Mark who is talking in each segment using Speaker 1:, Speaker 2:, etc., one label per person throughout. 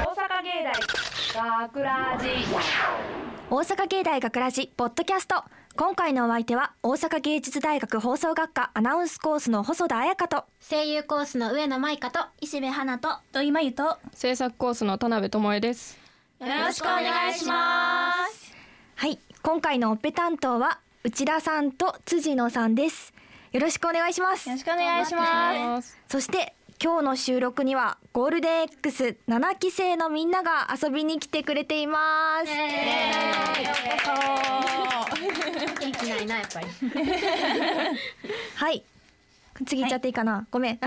Speaker 1: 大学ラジ
Speaker 2: 大阪芸大学ラジポッドキャスト今回のお相手は大阪芸術大学放送学科アナウンスコースの細田彩香と
Speaker 3: 声優コースの上野舞香と
Speaker 4: 石部花と土井真由とよ
Speaker 5: 制作コースの田辺智恵です。
Speaker 4: ろしくお願いします
Speaker 2: はい今回のオペ担当は内田さんと辻野さんですよろしくお願いします
Speaker 4: よろしくお願いします
Speaker 5: す。
Speaker 2: そして今日の収録にはゴールデン X7 期生のみんなが遊びに来てくれています、
Speaker 3: 元気ないなやっぱり
Speaker 2: はい。次行っちゃっていいかな、ご めん。ご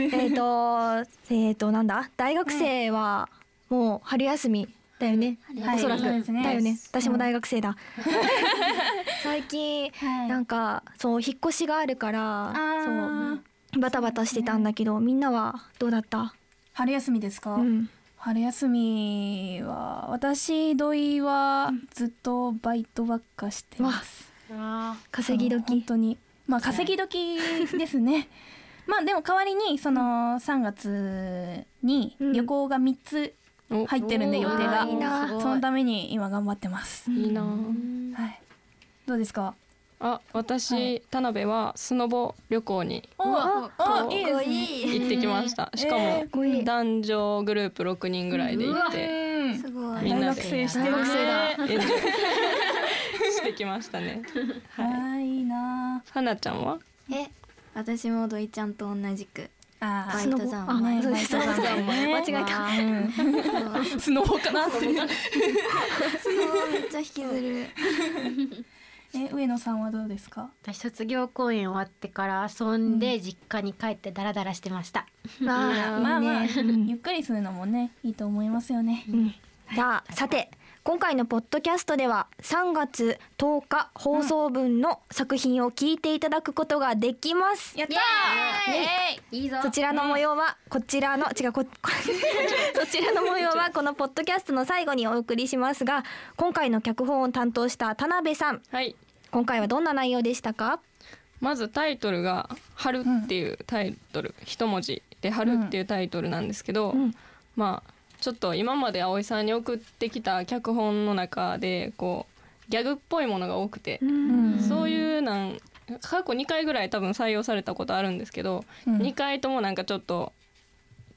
Speaker 2: めんえっと、えっ、と、なんだ、大学生はもう春休みだよね。
Speaker 4: はい
Speaker 2: おそらく、
Speaker 4: そうですね
Speaker 2: だよね。私も大学生 だ。最近、
Speaker 4: はい
Speaker 2: なんか、そう、引っ越しがあるから、
Speaker 4: ー
Speaker 2: そう。バタバタしてたんだけど、みんなはどうだった。
Speaker 4: 春休みですか、
Speaker 2: うん。
Speaker 4: 春休みは私土井はずっとバイトばっかしてます、
Speaker 2: 稼ぎ
Speaker 4: あの本
Speaker 2: 時。
Speaker 4: 当にまあ稼ぎ時ですね まあでも代わりにその3月に旅行が3つ
Speaker 5: お
Speaker 4: 入ってるんで予定が、
Speaker 2: おーいいな
Speaker 4: そのために今頑張ってます、
Speaker 5: いいなあ。
Speaker 4: はいどうですか
Speaker 5: あ、私、田辺はスノボ旅行に
Speaker 4: おお
Speaker 5: かっこ
Speaker 4: いいですね
Speaker 5: 行ってきました。しか
Speaker 4: え
Speaker 5: も
Speaker 4: ー
Speaker 2: こいい
Speaker 5: 男女グループ六人ぐらいで行って
Speaker 4: うん
Speaker 3: すご
Speaker 5: みんなで
Speaker 4: るね
Speaker 2: 大学生だ
Speaker 5: エンジョイ してきましたね。はい。
Speaker 4: あーいいな
Speaker 5: はなちゃんは？
Speaker 3: え私も土井ちゃんと同じく
Speaker 4: あ
Speaker 3: バ
Speaker 4: あ
Speaker 3: イト三
Speaker 2: あ
Speaker 3: 昧
Speaker 2: そうです
Speaker 4: バイト三昧
Speaker 2: 間違えた。
Speaker 4: たスノボ かなって
Speaker 3: めっちゃ引きず る
Speaker 4: え上野さんはどうですか
Speaker 6: 私卒業公演終わってから遊んで実家に帰ってダラダラしてました、
Speaker 2: まあ、
Speaker 4: まあ
Speaker 2: いいね
Speaker 4: まあゆっくりするのもねいいと思いますよね
Speaker 2: さあさて今回のポッドキャストでは3月10日放送分の作品を聞いていただくことができます。
Speaker 4: やった
Speaker 3: いいぞ
Speaker 2: そちらの模様はこちらの違うこ そちらの模様はこのポッドキャストの最後にお送りしますが今回の脚本を担当した田辺さん
Speaker 5: はい。
Speaker 2: 今回はどんな内容でしたか
Speaker 5: まずタイトルが「春」っていうタイトル、一文字で「春」っていうタイトルなんですけど、
Speaker 2: ん
Speaker 5: まあちょっと今まで葵さんに送ってきた脚本の中でこうギャグっぽいものが多くて、そういうなん過去2回ぐらい多分採用されたことあるんですけど、
Speaker 4: うん
Speaker 5: 2回ともなんかちょっと。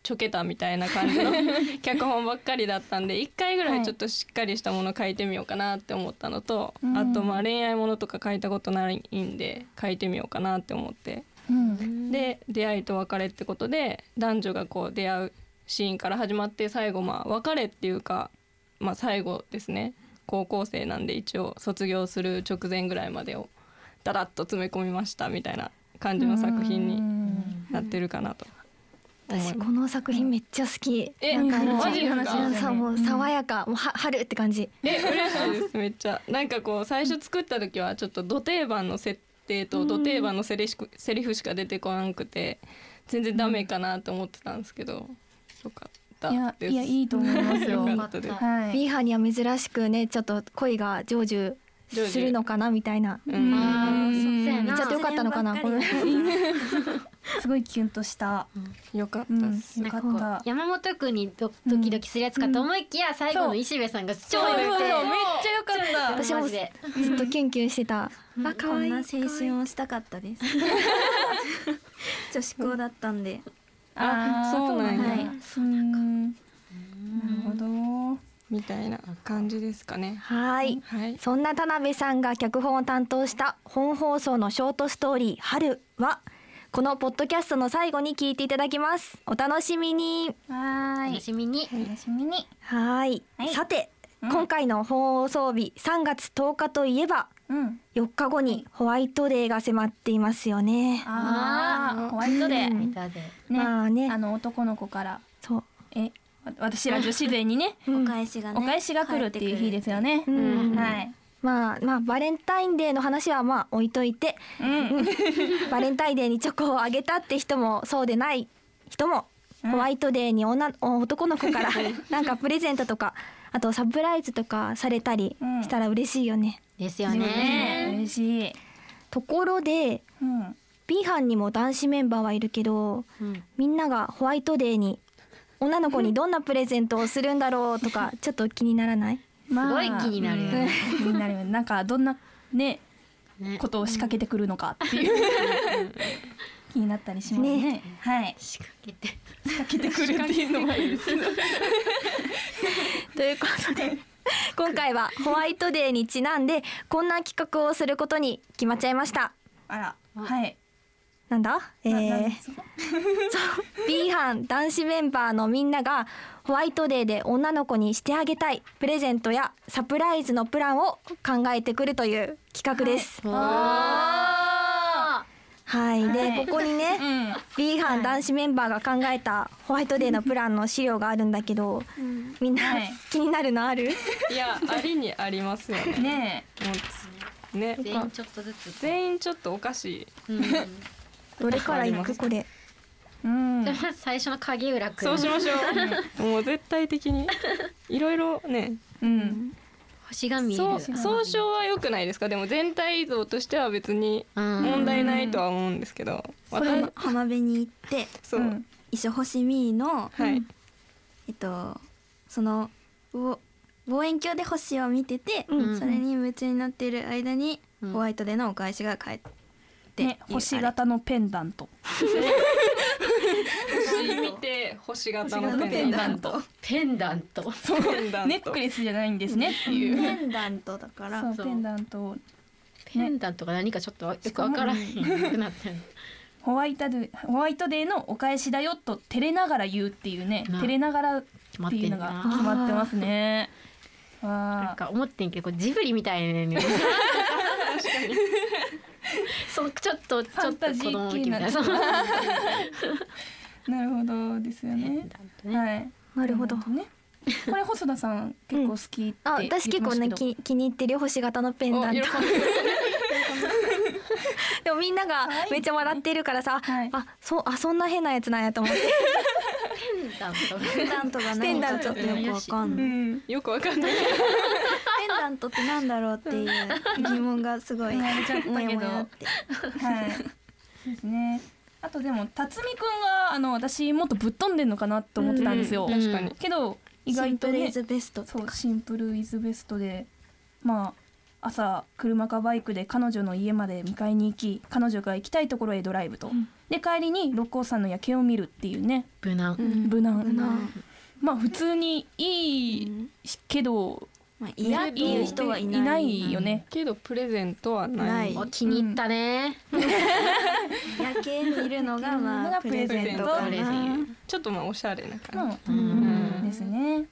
Speaker 5: ちょけたみたいな感 じの脚本ばっかりだったんで1回ぐらいちょっとしっかりしたもの書いてみようかなって思ったのと、
Speaker 4: うん
Speaker 5: あとまあ恋愛ものとか書いたことないんで書いてみようかなって思って
Speaker 4: うん
Speaker 5: で出会いと別れってことで男女がこう出会うシーンから始まって最後まあ別れっていうか、まあ、最後ですね高校生なんで一応卒業する直前ぐらいまでをだらっと詰め込みましたみたいな感じの作品に
Speaker 4: に
Speaker 5: なってるかなと。
Speaker 2: 私この作品めっちゃ好き
Speaker 5: え
Speaker 2: なんかもう
Speaker 5: マジですか
Speaker 2: うんそうもう爽やかもうは春って感じ
Speaker 5: え嬉しいです めっちゃなんかこう最初作った時はちょっとど定番の設定とど定番のセリシセリフしか出てこなくて全然ダメかなと思ってたんですけどよかった
Speaker 4: いや
Speaker 5: です
Speaker 4: いやいいと思い ますよ
Speaker 5: よかったです
Speaker 4: は
Speaker 2: ビ
Speaker 4: い
Speaker 2: ーハーには珍しくねちょっと恋が成就するのかなみたいな
Speaker 5: うん
Speaker 3: あーそうや
Speaker 2: 言
Speaker 3: な
Speaker 2: っちゃってよかったのかなこの
Speaker 4: すごいキュンとした
Speaker 5: よかっ
Speaker 4: う
Speaker 5: た
Speaker 4: ん
Speaker 5: です、
Speaker 4: よか
Speaker 6: な
Speaker 4: っ
Speaker 6: んかこ
Speaker 4: た
Speaker 6: う山本君にドドキドキするやつかと思いきや最後
Speaker 4: そ
Speaker 6: の
Speaker 4: う
Speaker 6: 石部さんが
Speaker 4: そ
Speaker 6: 超
Speaker 4: うそう
Speaker 6: 言
Speaker 4: そう
Speaker 6: っ
Speaker 4: めってちゃよかった
Speaker 2: 私も
Speaker 6: マジ
Speaker 2: ず
Speaker 6: で
Speaker 2: っとキュンキュンしてた、あ可
Speaker 4: こ
Speaker 2: 愛い
Speaker 4: んな
Speaker 2: 可
Speaker 4: 青
Speaker 2: 愛い
Speaker 4: 春
Speaker 3: をしたかったです女子校だったんで
Speaker 5: あ
Speaker 4: ー
Speaker 5: そうなんや
Speaker 4: はいうんなるほ
Speaker 5: みたいな感じですかね
Speaker 2: はい
Speaker 5: はい
Speaker 2: そんな田辺さんが脚本を担当した本放送のショートストーリー「春」はこのポッドキャストの最後に聞いていただきますお楽しみに
Speaker 4: どは
Speaker 6: 楽しみに
Speaker 4: お楽しみに
Speaker 2: はい
Speaker 4: はい
Speaker 2: さて、
Speaker 4: うん
Speaker 2: 今回の放送日3月10日といえば
Speaker 4: うん
Speaker 2: 4日後にホワイトデーが迫っていますよね、
Speaker 4: ああホワイトデーね
Speaker 6: 歌で
Speaker 2: まあね
Speaker 4: あの男の子から
Speaker 2: そう
Speaker 4: えわ私ら女子勢にね
Speaker 3: お返しがね
Speaker 4: お返しが来るっていう日ですよね
Speaker 2: うん
Speaker 4: はい
Speaker 2: まあまあバレンタインデーの話はまあ置いとい て
Speaker 4: うん
Speaker 2: バレンタインデーにチョコをあげたって人もそうでない人も、
Speaker 4: うん
Speaker 2: ホワイトデーに女男の子 からなんかプレゼントとかあとサプライズとかされたり
Speaker 4: うん
Speaker 2: したら嬉しいよね。
Speaker 6: ですよ
Speaker 4: ね
Speaker 6: ね
Speaker 4: 嬉しい
Speaker 2: ところで
Speaker 4: うん
Speaker 2: ビーハンにも男子メンバーはいるけど
Speaker 6: うん
Speaker 2: みんながホワイトデーに女の子にどんなプレゼントをするんだろうと かちょっと気にならない
Speaker 6: すごい気になるよね
Speaker 4: 気になるよねなんかどんなね
Speaker 6: ね
Speaker 4: ことを仕掛けてくるのかっていう気になったりしますね
Speaker 2: ね
Speaker 4: はい
Speaker 6: 仕掛けて
Speaker 4: 仕掛けてくるっていうのもいいですけど
Speaker 2: ということで 今回はホワイトデーにちなんでこんな企画をすることに決まっちゃいました
Speaker 4: あらはい
Speaker 2: なんだえ
Speaker 4: なな
Speaker 2: ー
Speaker 4: ん、そ
Speaker 2: そ
Speaker 4: う
Speaker 2: う B 班男子メンバーのみんながホワイトデーで女の子にしてあげたいプレゼントやサプライズのプランを考えてくるという企画です。
Speaker 4: あ
Speaker 2: はい、
Speaker 4: は
Speaker 2: で
Speaker 4: い
Speaker 2: ここにね、
Speaker 4: ーうん
Speaker 2: B 班男子メンバーが考えたホワイトデーのプランの資料があるんだけど、みんな、
Speaker 4: はい
Speaker 2: 気になるのあ る？
Speaker 5: いやありにありますよね。
Speaker 4: ね
Speaker 5: もうね
Speaker 6: 全員ちょっとずつ
Speaker 5: 全員ちょっとおかしい。
Speaker 6: うん
Speaker 2: どれからいくこれ？
Speaker 4: えうん
Speaker 6: じゃあまず最初の影浦くん
Speaker 5: そうしましょう。もう絶対的にいろいろね。
Speaker 4: うん
Speaker 6: 星が見え
Speaker 5: そう
Speaker 6: る
Speaker 5: 総称は良くないですか。でも全体像としては別に
Speaker 6: うん
Speaker 5: 問題ないとは思うんですけど。
Speaker 7: これ
Speaker 5: 私
Speaker 7: も浜辺に行って
Speaker 5: そう、
Speaker 4: うん
Speaker 7: 一緒星見の、
Speaker 5: はい。
Speaker 7: えっとそのぼ望遠鏡で星を見てて、
Speaker 6: うん
Speaker 7: それに夢中になっている間に、
Speaker 6: うん
Speaker 7: ホワイトデーのお返しが返っていう
Speaker 4: ね星型のペンダント
Speaker 5: 星見て星型
Speaker 7: あれ
Speaker 5: の
Speaker 7: ペン
Speaker 5: ペン
Speaker 7: ダ
Speaker 5: ダ
Speaker 7: ン
Speaker 5: ン
Speaker 7: ト
Speaker 6: ペンダント
Speaker 5: ト。ペンダント
Speaker 4: ネックレスじゃないんですねっていう
Speaker 7: ペンダントだから
Speaker 4: そう
Speaker 6: そう
Speaker 4: ペンダントを
Speaker 6: ペンダントが何かちょっとよくわからへんなくなってる
Speaker 4: ホワイトデーホワイトデーのお返しだよと照れながら言うっていうね
Speaker 6: な
Speaker 4: 照れながら
Speaker 6: 決まっ
Speaker 4: って
Speaker 6: て
Speaker 4: いうんのが
Speaker 6: な
Speaker 4: 決まってますね。
Speaker 6: な
Speaker 4: わ
Speaker 6: んか思ってんけどこれジブリみたいね そうちょっとちょっと子供向きみたいな
Speaker 4: ファンタジー系な
Speaker 6: そうペ
Speaker 4: あ、なるほどですよね
Speaker 6: ン。ダントね
Speaker 4: はい。
Speaker 2: なるほど
Speaker 4: ペンダン。トね。これ細田さん結構好きって
Speaker 2: あ、
Speaker 4: 言ってま
Speaker 2: 私
Speaker 4: した
Speaker 2: 結
Speaker 4: けど。
Speaker 2: 構ね気気に入ってるよ星型のペンダント。
Speaker 5: お喜んでる
Speaker 2: でもみんながめっちゃ笑ってるからさ、
Speaker 4: はい
Speaker 2: あ、そうあそんな変なやつなんやと思って。
Speaker 6: ペンダン ト
Speaker 7: ペンダントが
Speaker 2: ペン
Speaker 7: 何
Speaker 2: ダ
Speaker 7: か
Speaker 2: ン
Speaker 7: ち
Speaker 2: ト
Speaker 7: ょっとよくわかんない、ペ
Speaker 5: よくわかんない。
Speaker 7: ンダントってなんだろうっていう疑問がすごい
Speaker 4: 言われちゃった
Speaker 7: もや
Speaker 4: け
Speaker 7: も
Speaker 4: ど。
Speaker 7: や
Speaker 4: は
Speaker 7: って
Speaker 4: い。そうですね。あとでも辰巳くんがあの私もっとぶっ飛んでんのかなと思ってたんですよ。
Speaker 5: うん確かに。
Speaker 4: けど意
Speaker 7: シ
Speaker 4: 外
Speaker 7: ン
Speaker 4: と
Speaker 7: プルイ
Speaker 4: ね
Speaker 7: ズベストって
Speaker 4: そ
Speaker 7: 感
Speaker 4: う
Speaker 7: じ
Speaker 4: シンプルイズベストでまあ朝車かバイクで彼女の家まで迎えに行き彼女が行きたいところへドライブと、で帰りに六甲山の夜景を見るっていうね
Speaker 6: 無難
Speaker 4: 無難、
Speaker 7: 無難
Speaker 4: まあ普通にいい、
Speaker 7: うん
Speaker 4: けど
Speaker 7: まあ嫌っていう人はいない
Speaker 4: よね、
Speaker 5: けどプレゼントはない。
Speaker 7: ない
Speaker 6: お気に入ったね
Speaker 7: 夜景見るのが
Speaker 4: の
Speaker 7: ま
Speaker 4: が
Speaker 7: あプレゼントか
Speaker 6: プレゼ
Speaker 7: な
Speaker 6: ン
Speaker 5: ちょっとまあおしゃれな感じ。
Speaker 4: まあ
Speaker 6: うん
Speaker 4: ですね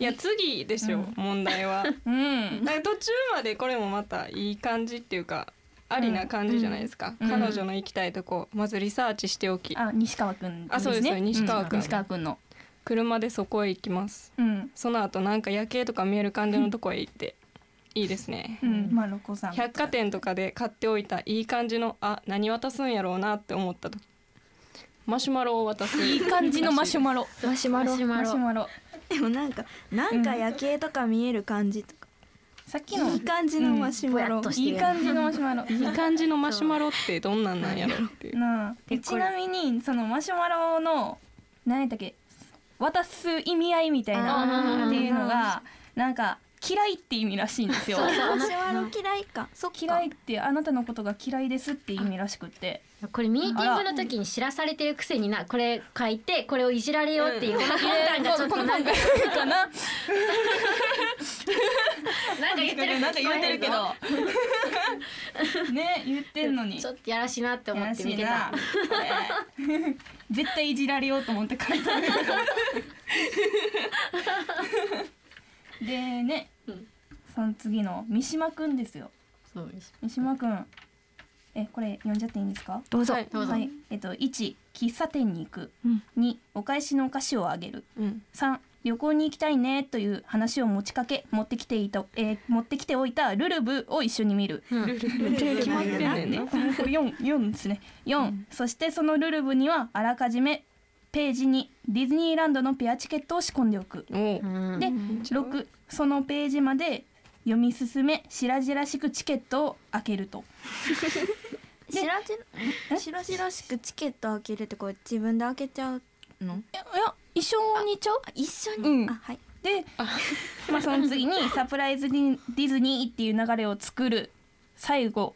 Speaker 5: いや次でしょ、
Speaker 4: うん
Speaker 5: 問題 は。
Speaker 4: うん
Speaker 5: なんか途中までこれもまたいい感じっていうかありな感じじゃないですか、
Speaker 6: うん
Speaker 5: 彼女の行きたいとこまずリサーチしておき
Speaker 4: あ西川くんですね
Speaker 5: あそうですよ西川くん
Speaker 4: 西川くんの
Speaker 5: 車でそこへ行きます
Speaker 4: うん、
Speaker 5: その後なんか夜景とか見える感じのとこへ行っていいですね
Speaker 4: うん、まあ六甲山
Speaker 5: 百貨店とかで買っておいたいい感じのあ何渡すんやろうなって思った時マシュマロを渡す
Speaker 4: いい感じのマシュマロ
Speaker 2: マシュマ
Speaker 6: マ
Speaker 2: ロ
Speaker 6: シ。ュマ
Speaker 4: マシュ
Speaker 6: ロ
Speaker 4: マロ
Speaker 7: でもなんかなんか夜景とか見える感じとか
Speaker 4: さっきの
Speaker 7: いい感じのマシュマロ
Speaker 6: うんぼやっとし
Speaker 4: いい感じのマシュマロ
Speaker 5: いい感じのマシュマロってどんなんなんやろっていう
Speaker 4: なあでちなみにそのマシュマロの何やったっけ渡す意味合いみたいな
Speaker 6: あー
Speaker 4: っていうのがなんか嫌いって意味らしいんですよ。
Speaker 7: マシュマロ嫌いかそっか
Speaker 4: 嫌いってあなたのことが嫌いですって意味らしくって
Speaker 6: これミーティングの時に知らされてるくせになこれ書いてこれをいじられようっていうこのパターンがちょっと なんか
Speaker 4: かな
Speaker 6: なんか言ってる
Speaker 4: なんか言ってるけどね言ってんのに
Speaker 6: ちょっとやらしいなって思って見てた
Speaker 4: やらしいなこれ絶対いじられようと思って書いてあるでね、
Speaker 6: うん
Speaker 4: その次の三島くんですよ
Speaker 6: そう
Speaker 4: 三島くんえこれ読んじゃっていいんですか
Speaker 2: どうぞ。
Speaker 5: はい
Speaker 6: どうぞ
Speaker 4: はいえっと1喫茶店に行く、
Speaker 2: うん
Speaker 4: 2お返しのお菓子をあげる
Speaker 5: うん
Speaker 4: 3旅行に行きたいねという話を持ちかけ持ってきていた、えー持ってきておいたルルブを一緒に見る
Speaker 6: うん
Speaker 5: 決まってんねんな
Speaker 4: これ四四ですね。四、そしてそのルルブにはあらかじめページにディズニーランドのペアチケットを仕込んでおく。
Speaker 5: おう
Speaker 6: うん
Speaker 4: で六そのページまで読み進め白々しくチケットを開けると。
Speaker 7: しらじ白々しくチケット開けるってこれ自分で開けちゃうの
Speaker 4: いやいや一緒に行っちゃう
Speaker 7: 一緒に、
Speaker 4: うん
Speaker 7: あはい
Speaker 4: で、 まあ、その次にサプライズディディズニーっていう流れを作る最後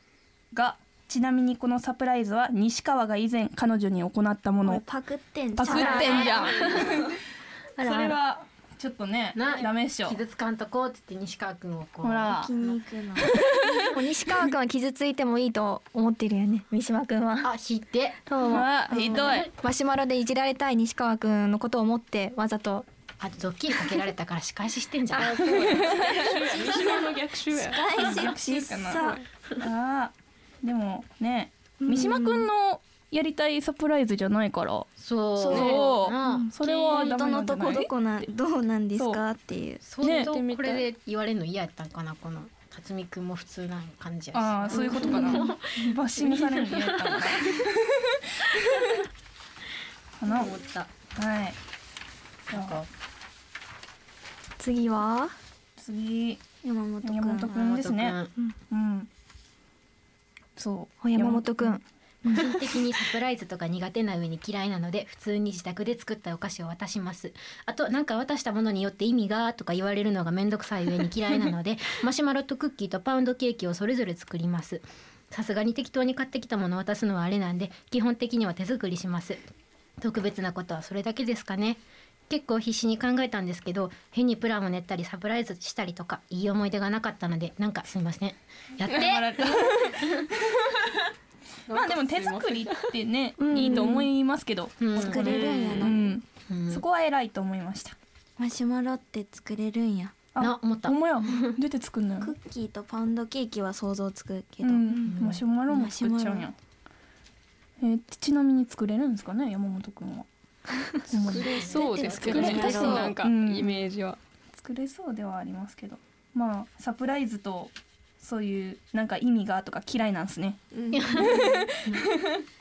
Speaker 4: がちなみにこのサプライズは西川が以前彼女に行ったも
Speaker 7: もう
Speaker 4: の
Speaker 7: パクってんじゃ
Speaker 4: パ
Speaker 7: ん
Speaker 4: クってんじゃん
Speaker 7: あ
Speaker 4: そ
Speaker 7: らあ
Speaker 4: れ
Speaker 7: ら
Speaker 4: はちょっとね
Speaker 6: な
Speaker 4: ダメっしょ
Speaker 6: 傷つかんとこうって言って西川君をこう
Speaker 4: ほら
Speaker 7: 筋肉の
Speaker 2: もう西川君は傷ついてもいいと思ってるよね三島君は
Speaker 6: あ引いて
Speaker 2: そう
Speaker 4: あひどい
Speaker 2: マシュマロでいじられたい西川君のことを思ってわざと
Speaker 6: あとドッキリかけられたから仕返ししてん じゃん
Speaker 5: 三島の逆襲や
Speaker 7: 返し
Speaker 4: か
Speaker 7: 小
Speaker 4: な
Speaker 7: さ
Speaker 4: あーでもね三島くんのやりたいサプライズじゃないから
Speaker 6: そう
Speaker 7: そう
Speaker 6: うん
Speaker 4: それはダ
Speaker 7: 本当
Speaker 4: メな
Speaker 7: の
Speaker 4: んじ
Speaker 7: と
Speaker 4: ゃな
Speaker 7: こ
Speaker 4: い
Speaker 7: どこなんどうなんですかっていう
Speaker 6: 相当
Speaker 5: ね
Speaker 6: これで言われるの嫌やったんかなこの辰巳君も普通な感じやし
Speaker 4: ああそういうことかなバッシングされるの嫌だったのかかな
Speaker 6: 思った
Speaker 4: はいじゃ
Speaker 6: なん
Speaker 4: あ
Speaker 6: か
Speaker 2: 次は
Speaker 4: 次
Speaker 7: 山本くん
Speaker 4: 山本くんですね
Speaker 6: 山本
Speaker 4: うんそう
Speaker 2: 山本君
Speaker 6: 君個人的にサプライズとか苦手な上に嫌いなので普通に自宅で作ったお菓子を渡しますあとなんか渡したものによって意味がとか言われるのがめんどくさい上に嫌いなので マシュマロとクッキーとパウンドケーキをそれぞれ作りますさすがに適当に買ってきたものを渡すのはあれなんで基本的には手作りします特別なことはそれだけですかね結構必死に考えたんですけど変にプランを練ったりサプライズしたりとかいい思い出がなかったのでなんかすみませんやって
Speaker 4: まあでも手作りってね
Speaker 2: うん
Speaker 4: いいと思いますけど
Speaker 6: うん
Speaker 7: 作れるんや
Speaker 4: う
Speaker 7: な、
Speaker 4: ん
Speaker 6: うん
Speaker 4: そこは偉いと思いました
Speaker 7: マシュマロって作れるんや
Speaker 4: あ
Speaker 6: な思った
Speaker 4: ほんまやどうやって作んのよ
Speaker 7: クッキーとパウンドケーキは想像つくけど、
Speaker 4: うん、マシュマロも作っちゃうんやえーちなみに作れるんですかね山本くんは作
Speaker 5: 作れそうですけどね
Speaker 7: 作れそう
Speaker 5: なんかイメージは
Speaker 4: 作れそうではありますけどまあサプライズとそういうなんか意味がとか嫌いなんです ね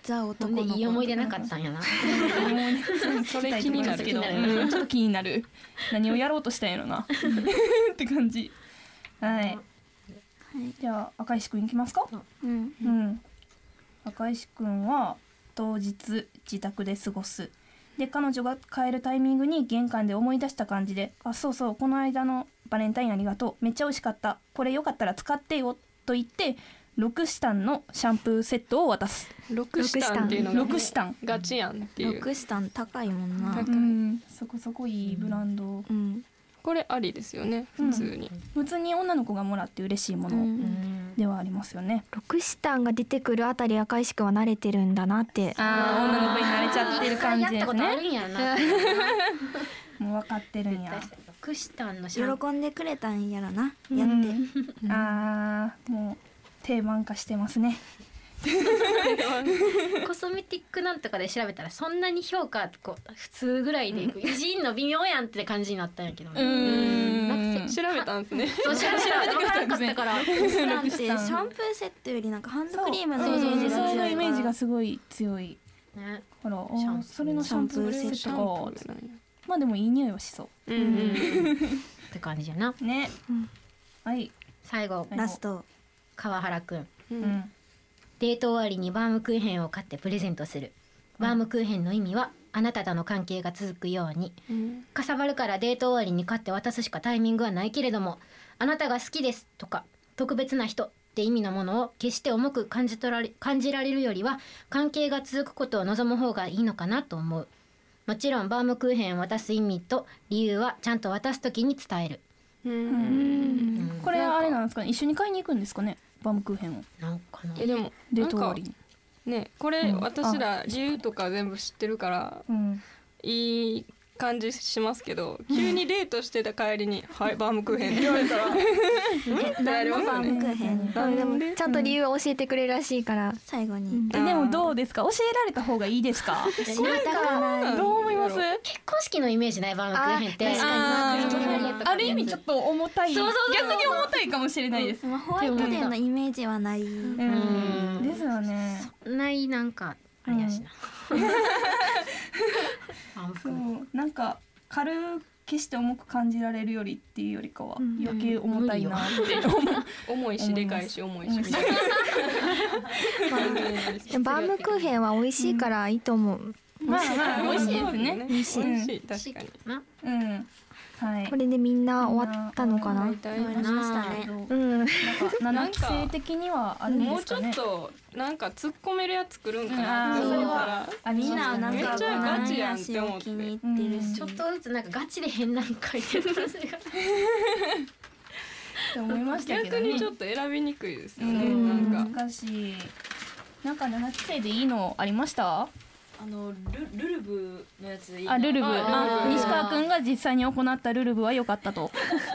Speaker 7: ザ
Speaker 6: ほ
Speaker 7: 男
Speaker 6: ん
Speaker 7: の
Speaker 6: で
Speaker 7: 子
Speaker 6: いい思い出なかったんやな。
Speaker 4: それ気になるけど
Speaker 6: 気になる
Speaker 4: うんちょっと気になる何をやろうとしたんやろな って感じはいじゃあ赤石くんいきますか
Speaker 7: うん
Speaker 4: うん、赤石くんは当日自宅で過ごすで彼女が帰るタイミングに玄関で思い出した感じで「あそうそうこの間のバレンタインありがとうめっちゃ美味しかったこれよかったら使ってよ」と言ってロクシタンのシャンプーセットを渡す
Speaker 5: ロクシタンっていうのが
Speaker 4: ロクシタン
Speaker 5: ガチやんって
Speaker 7: ロ
Speaker 5: い
Speaker 7: ク
Speaker 5: う
Speaker 7: シタン高いもんな
Speaker 5: 高
Speaker 4: うんそこそこいいブランド、
Speaker 7: うん
Speaker 5: これありですよね普通に
Speaker 4: 普通に女の子がもらって嬉しいも
Speaker 7: う
Speaker 4: の
Speaker 7: ん
Speaker 4: ではありますよね、
Speaker 2: ロクシタンが出てくるあたり赤石君は慣れてるんだなって
Speaker 4: ああ女の子に慣れちゃってる感じ
Speaker 6: や
Speaker 4: で
Speaker 6: った
Speaker 4: す
Speaker 6: ことあ
Speaker 4: ね
Speaker 6: るんやな。
Speaker 4: もう分かってるんや
Speaker 6: クシタンのシャンプ
Speaker 7: 喜んでくれたんやらなやっ
Speaker 4: うんあーもう定番化してますね
Speaker 6: ー コスメティックなんとかで調べたらそんなに評価こう普通ぐらいでいく偉人の微妙やんって感じになったんやけどね。
Speaker 4: ん
Speaker 6: なん か
Speaker 5: 調べたんですね
Speaker 6: せそう調べたら分からんかったから。
Speaker 7: てシャンプーってシャンプーセットよりなんかハンドクリームのイメージが強いから
Speaker 4: そうのイメージがすごい強い
Speaker 6: ね
Speaker 4: ほらあ
Speaker 6: シャ
Speaker 4: ー
Speaker 6: ンプー
Speaker 4: それのシャンプーセットかまあでもいい匂いはしそ
Speaker 5: うん
Speaker 6: って感じやな。
Speaker 4: うね、はい、
Speaker 6: 最後
Speaker 7: ラスト
Speaker 6: 川原くん。
Speaker 4: うん
Speaker 6: デート終わりにバームクーヘンを買ってプレゼントする。バームクーヘンの意味はあなたとの関係が続くように。かさばるからデート終わりに買って渡すしかタイミングはないけれども、あなたが好きですとか特別な人って意味のものを決して重く感じ取られ感じられるよりは関係が続くことを望む方がいいのかなと思う。もちろんバームクーヘンを渡す意味と理由はちゃんと渡す時に伝える。うん
Speaker 4: これあれなんですかね一緒に買いに行くんですかねバームクーヘンを
Speaker 6: なんかな。
Speaker 5: えでも
Speaker 4: デート終
Speaker 5: な
Speaker 4: わ
Speaker 5: んか
Speaker 4: りに
Speaker 5: ねこれ
Speaker 4: うん
Speaker 5: 私ら理由とか全部知ってるから
Speaker 4: うん
Speaker 5: いい感じしますけど急にデートしてた帰りに「はいバームクーヘン」って言われたら
Speaker 7: え何のバームクーヘン
Speaker 2: うんでも
Speaker 5: なんで
Speaker 2: ちゃんと理由を教えてくれるらしいから、
Speaker 7: 最後に、
Speaker 2: うん
Speaker 4: えでもどうですか教えられた方がいいですか
Speaker 7: 知りたくない
Speaker 4: どう思います
Speaker 6: 結婚式のイメージないバームクーヘンっ
Speaker 2: あ
Speaker 6: て。
Speaker 2: 確かに
Speaker 4: あーある意味ちょっと重たい
Speaker 6: そうそうそう
Speaker 4: 逆に重たいかもしれないです、
Speaker 7: まあホワイトデーのイメージはない、
Speaker 4: うんですよね
Speaker 6: ないなんかあれやしな。
Speaker 4: そ
Speaker 6: あ僕も
Speaker 4: うなんか軽く決して重く感じられるよりっていうよりかは
Speaker 2: うん
Speaker 4: 余計重たいなって思う
Speaker 5: 重いしでかいし重いしみたいな
Speaker 2: でもバームクーヘンは美味しいからいいと思う、
Speaker 4: まあまあ美味しいですね。
Speaker 5: 美味しい
Speaker 4: うん
Speaker 5: 美味しい確かに
Speaker 6: な
Speaker 4: うん。はい
Speaker 2: こ。れでみんな終わったのかな
Speaker 5: 大。体
Speaker 7: 終わりましたね。
Speaker 2: うん。
Speaker 4: なんか七期生的にはあるん
Speaker 5: も
Speaker 4: で
Speaker 5: う
Speaker 4: す
Speaker 5: ちょ
Speaker 4: か
Speaker 5: っ
Speaker 4: ね。
Speaker 5: となんか突っ込めるやつ作るんか
Speaker 4: うん
Speaker 5: な
Speaker 4: あ
Speaker 5: と
Speaker 4: ー
Speaker 5: 思ったら
Speaker 4: あ
Speaker 7: みんななん
Speaker 5: め
Speaker 7: か
Speaker 5: っちゃガチやんっ
Speaker 7: して
Speaker 5: 思
Speaker 7: を
Speaker 5: って
Speaker 7: 気に入ってるし、
Speaker 6: ちょっとずつなんかガチで変なの書いてる感じが
Speaker 4: って思いましたけど
Speaker 5: 逆に
Speaker 4: ね
Speaker 5: ち。ょっと選びにくいですよ
Speaker 4: う
Speaker 5: ね、
Speaker 4: ん
Speaker 5: なんか
Speaker 4: 難しい。なんか七期生でいいのありました？
Speaker 8: あのルルルブのやつでいいな
Speaker 4: あルルブ。
Speaker 5: あ
Speaker 4: あ
Speaker 5: ルルブ
Speaker 4: 西川くんが実際に行ったルルブは良かったと。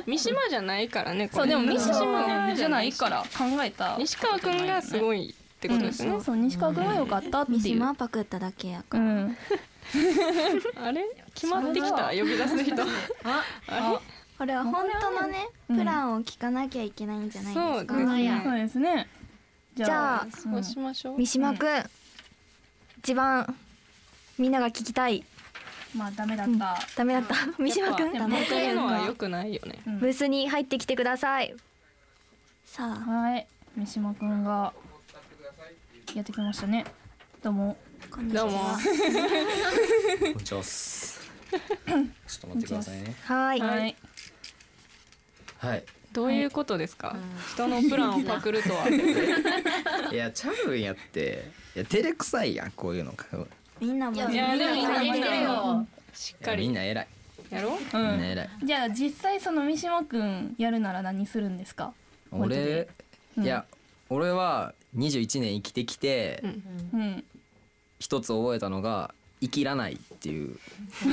Speaker 5: 三島じゃないからねこれ
Speaker 4: そうでも
Speaker 5: うん
Speaker 4: 三島じゃないから考えた。
Speaker 5: 西川くんがすごいってことですね、
Speaker 4: うんそう西川くんが良かったって
Speaker 7: 三
Speaker 4: いう。
Speaker 7: 島パクっただけや
Speaker 4: う
Speaker 7: から、
Speaker 4: ん。
Speaker 5: あれ決まってきた呼び出す人 あ
Speaker 7: これは本当のね、
Speaker 4: うん
Speaker 7: プランを聞かなきゃいけないんじゃないですか
Speaker 5: そうですね
Speaker 6: や
Speaker 4: そうですね。じ
Speaker 2: ゃあ
Speaker 5: れそうしましょう
Speaker 2: 三島くん、一番みんなが聞きたい。
Speaker 4: まあダメだった。
Speaker 2: ダメだった。 三島くん、
Speaker 5: やっぱこういうのは良くないよね
Speaker 4: うん
Speaker 2: ブースに入ってきてください。
Speaker 7: さあ
Speaker 4: はい、三島くんがやってきましたね。どうも。
Speaker 7: こんにちは
Speaker 5: どうも
Speaker 9: こんにちはっすちょっと待ってくださいね
Speaker 2: はい。
Speaker 4: はい。
Speaker 9: はい
Speaker 5: どういうことですか、人のプランをパクるとは
Speaker 9: いやちゃうんやっていや照れくさいやんこういうの
Speaker 7: みんなも
Speaker 5: いやでも
Speaker 7: みんな
Speaker 5: できてるよしっ
Speaker 9: いや
Speaker 5: か
Speaker 9: み
Speaker 5: り
Speaker 9: んな偉い、
Speaker 5: やろう
Speaker 4: う。
Speaker 9: みんなん偉い
Speaker 4: じゃあ実際その三島くんやるなら何するんですか。本当に
Speaker 9: 俺、いや俺は21年生きてきて、
Speaker 5: うん
Speaker 4: うん。
Speaker 9: 一つ覚えたのが生きらないっていう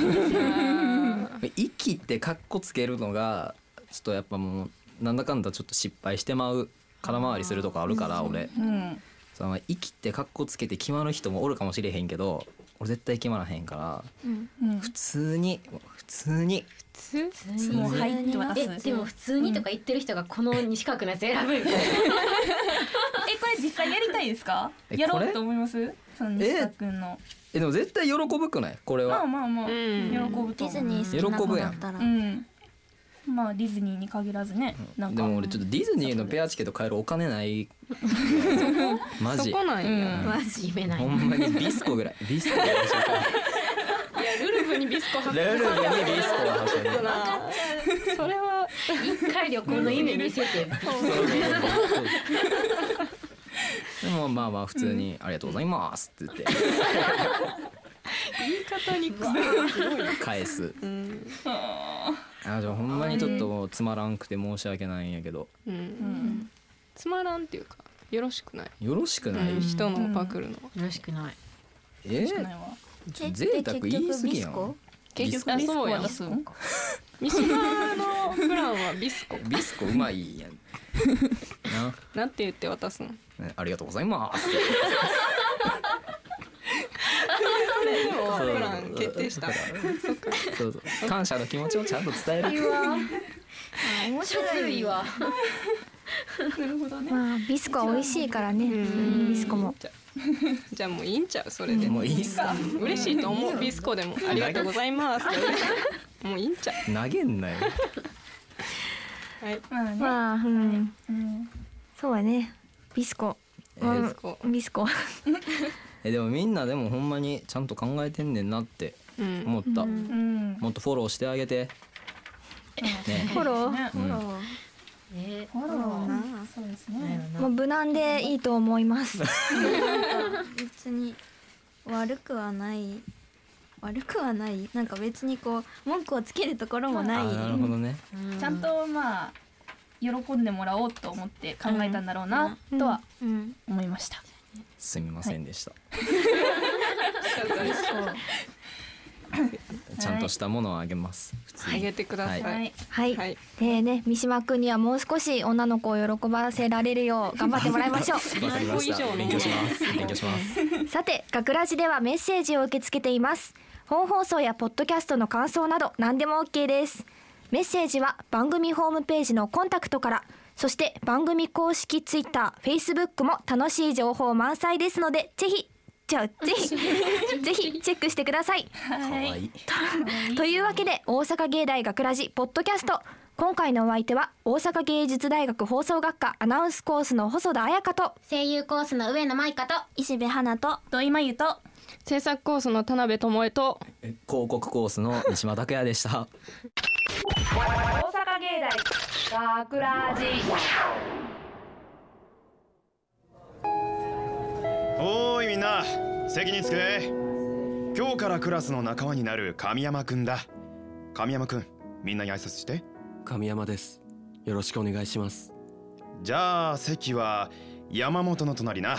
Speaker 5: あ
Speaker 9: 生きってカッコつけるのがちょっとやっぱもうなんだかんだちょっと失敗してまう空回りするとかあるから俺
Speaker 4: うん。
Speaker 9: その生きってカッコつけて決まる人もおるかもしれへんけど俺絶対決まらへんから
Speaker 4: うん。
Speaker 9: 普通に普通に
Speaker 6: 普通
Speaker 4: もう
Speaker 6: に
Speaker 4: はいって渡す。
Speaker 6: えでも普通にとか言ってる人がこの西川君のやつ選ぶみたいな
Speaker 4: えこれ実際やりたいですか。
Speaker 9: え
Speaker 4: やろ
Speaker 9: こ
Speaker 4: う
Speaker 9: れ
Speaker 4: と思います。その西川くんの。
Speaker 9: えでも絶対喜ぶくないこれ
Speaker 4: まあ
Speaker 9: は
Speaker 4: まあまあ。
Speaker 5: う
Speaker 4: 喜
Speaker 5: ん
Speaker 4: ぶ
Speaker 7: デ
Speaker 4: と
Speaker 7: ィズ
Speaker 4: 思
Speaker 7: ニ
Speaker 4: う。
Speaker 7: ー好きな
Speaker 9: 喜
Speaker 7: 子
Speaker 9: ぶ
Speaker 7: だ
Speaker 9: やん
Speaker 7: ったら、
Speaker 4: うん。まあディズニーに限らずね。なん
Speaker 9: で
Speaker 4: か。
Speaker 9: も俺ちょっとディズニーのペアチケット買えるお金ないマ
Speaker 5: そ
Speaker 9: ジ
Speaker 5: こなんや、
Speaker 4: うん
Speaker 5: い
Speaker 6: 真面目ない
Speaker 9: ほんまにビスコぐらいビスコぐらいしか
Speaker 5: やルルブにビスコ
Speaker 9: ルルブにビスコが走る
Speaker 5: それは
Speaker 6: 一回旅行の意味見せて
Speaker 9: でもまあまあ普通に「ありがとうございます」って言って
Speaker 5: 言い方に癖
Speaker 9: 返す
Speaker 5: うん、
Speaker 9: あじゃあほんまにちょっともうつまらんくて申し訳ないんやけど
Speaker 5: う、
Speaker 4: うんん。
Speaker 5: つまらんっていうかよろしくない、
Speaker 9: よろしくない、
Speaker 5: うん人のをパクるのは、
Speaker 6: よろしくない
Speaker 9: え
Speaker 4: しかないわ。
Speaker 9: ちょ贅沢言い過ぎやん
Speaker 5: 結局
Speaker 4: リスク
Speaker 5: そうや
Speaker 4: は
Speaker 5: ん
Speaker 4: 出すん。
Speaker 5: 三島のプランはビスコ
Speaker 9: ビスコうまいやん
Speaker 5: なんて言って渡すの
Speaker 9: なねありがとうございます
Speaker 5: それでも
Speaker 9: そう
Speaker 5: プラン決定した
Speaker 9: そうそう感謝の気持ちをちゃんと伝え る
Speaker 6: 面白いわ
Speaker 2: まあビスコは美味しいからね。ビスコも。
Speaker 5: じゃあもういいんちゃうそれで
Speaker 9: もういいっすか
Speaker 5: 嬉しいと思うビスコでもありがとうござい ますもういいんちゃ
Speaker 9: 投げんなよ
Speaker 5: うはい
Speaker 4: まあね。
Speaker 2: まあ、うん、
Speaker 4: うん。
Speaker 2: そうやね。ビスコ。
Speaker 9: えー
Speaker 5: ビスコ
Speaker 2: ビスコ。
Speaker 9: えでもみんなでもほんまにちゃんと考えてんねんなって
Speaker 5: うん
Speaker 9: 思った、
Speaker 4: うん。
Speaker 9: もっとフォローしてあげてね
Speaker 2: フォロー。
Speaker 4: ね
Speaker 9: うん
Speaker 6: ね
Speaker 4: フォローな。そうですね。
Speaker 2: まあ無難でいいと思います。
Speaker 7: 別に悪くはない悪くはないなんか別にこう文句をつけるところもない、
Speaker 9: あなるほどね
Speaker 4: ちゃんとまあ喜んでもらおうと思って考えたんだろうなとは
Speaker 7: うん、
Speaker 4: 思いました。
Speaker 9: すみませんでした、ちゃんとしたものをあげます普通に
Speaker 5: あげてください、
Speaker 9: は
Speaker 4: はい。
Speaker 2: はい。
Speaker 5: はい
Speaker 2: でね、三島くんにはもう少し女の子を喜ばせられるよう頑張ってもらいましょう。
Speaker 9: わかりまし
Speaker 5: 最高以上
Speaker 9: た
Speaker 5: の
Speaker 9: 勉強します勉強します
Speaker 2: さて、学ラジではメッセージを受け付けています。本放送やポッドキャストの感想など何でも OK です。メッセージは番組ホームページのコンタクトから、そして番組公式ツイッター、フェイスブックも楽しい情報満載ですので、ぜひ、じゃあ、ぜひ、ぜひチェックしてください。
Speaker 9: 可愛いい
Speaker 2: というわけで大阪芸大学ラジポッドキャスト今回のお相手は大阪芸術大学放送学科アナウンスコースの細田彩香と
Speaker 6: 声優コースの上野舞香と
Speaker 7: 石部花と
Speaker 4: 土井真由と
Speaker 5: 制作コースの田辺智恵と
Speaker 9: え広告コースの三島拓也で した。
Speaker 10: 大阪芸大学ラジ
Speaker 11: おーいみんな席に着け今日からクラスの仲間になる神山くんだ神山くんみんなに挨拶して
Speaker 12: 神山ですよろしくお願いします
Speaker 11: じゃあ席は山本の隣な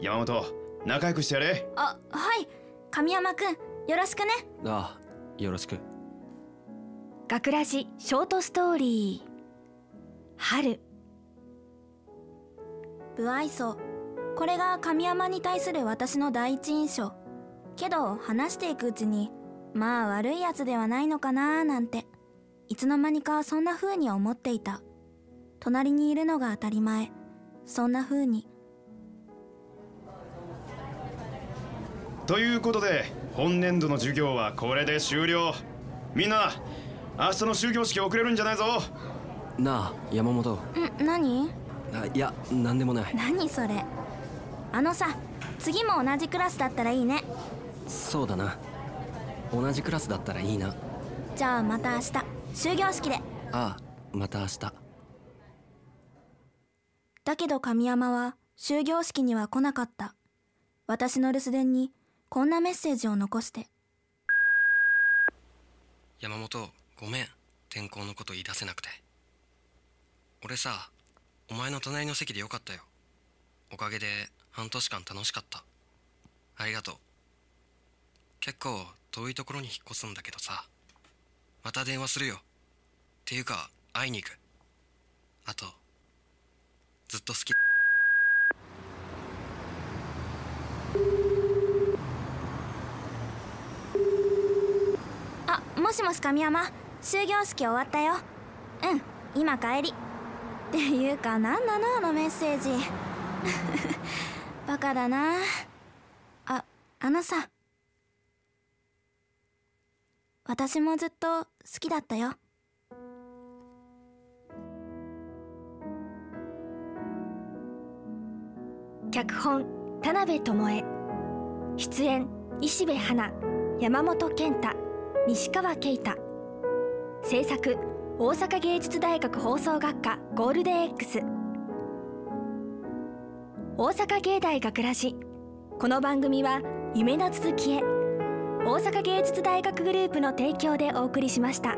Speaker 11: 山本仲良くしてやれ
Speaker 2: あはい神山くんよろしくね
Speaker 12: ああよろしく
Speaker 13: 学ラジショートストーリー春
Speaker 2: 不愛想これが神山に対する私の第一印象けど話していくうちにまあ悪いやつではないのかなーなんていつの間にかそんな風に思っていた隣にいるのが当たり前そんな風に
Speaker 11: ということで本年度の授業はこれで終了みんな明日の終業式遅れるんじゃないぞ
Speaker 12: なあ山本
Speaker 2: ん何
Speaker 12: あいや何でもない
Speaker 2: 何それあのさ次も同じクラスだったらいいね
Speaker 12: そうだな同じクラスだったらいいな
Speaker 2: じゃあまた明日終業式で
Speaker 12: ああまた明日
Speaker 2: だけど神山は終業式には来なかった私の留守電にこんなメッセージを残して
Speaker 12: 山本ごめん転校のこと言い出せなくて俺さお前の隣の席でよかったよおかげで半年間楽しかったありがとう結構遠いところに引っ越すんだけどさまた電話するよっていうか会いに行くあとずっと好き
Speaker 2: あもしもし神山終業式終わったようん今帰りっていうか何なのあのメッセージ バカだなああのさ私もずっと好きだったよ
Speaker 13: 脚本田辺智恵出演石部花山本健太西川圭太制作大阪芸術大学放送学科ゴールデン X 大阪芸大学ラジこの番組は夢の続きへ大阪芸術大学グループの提供でお送りしました。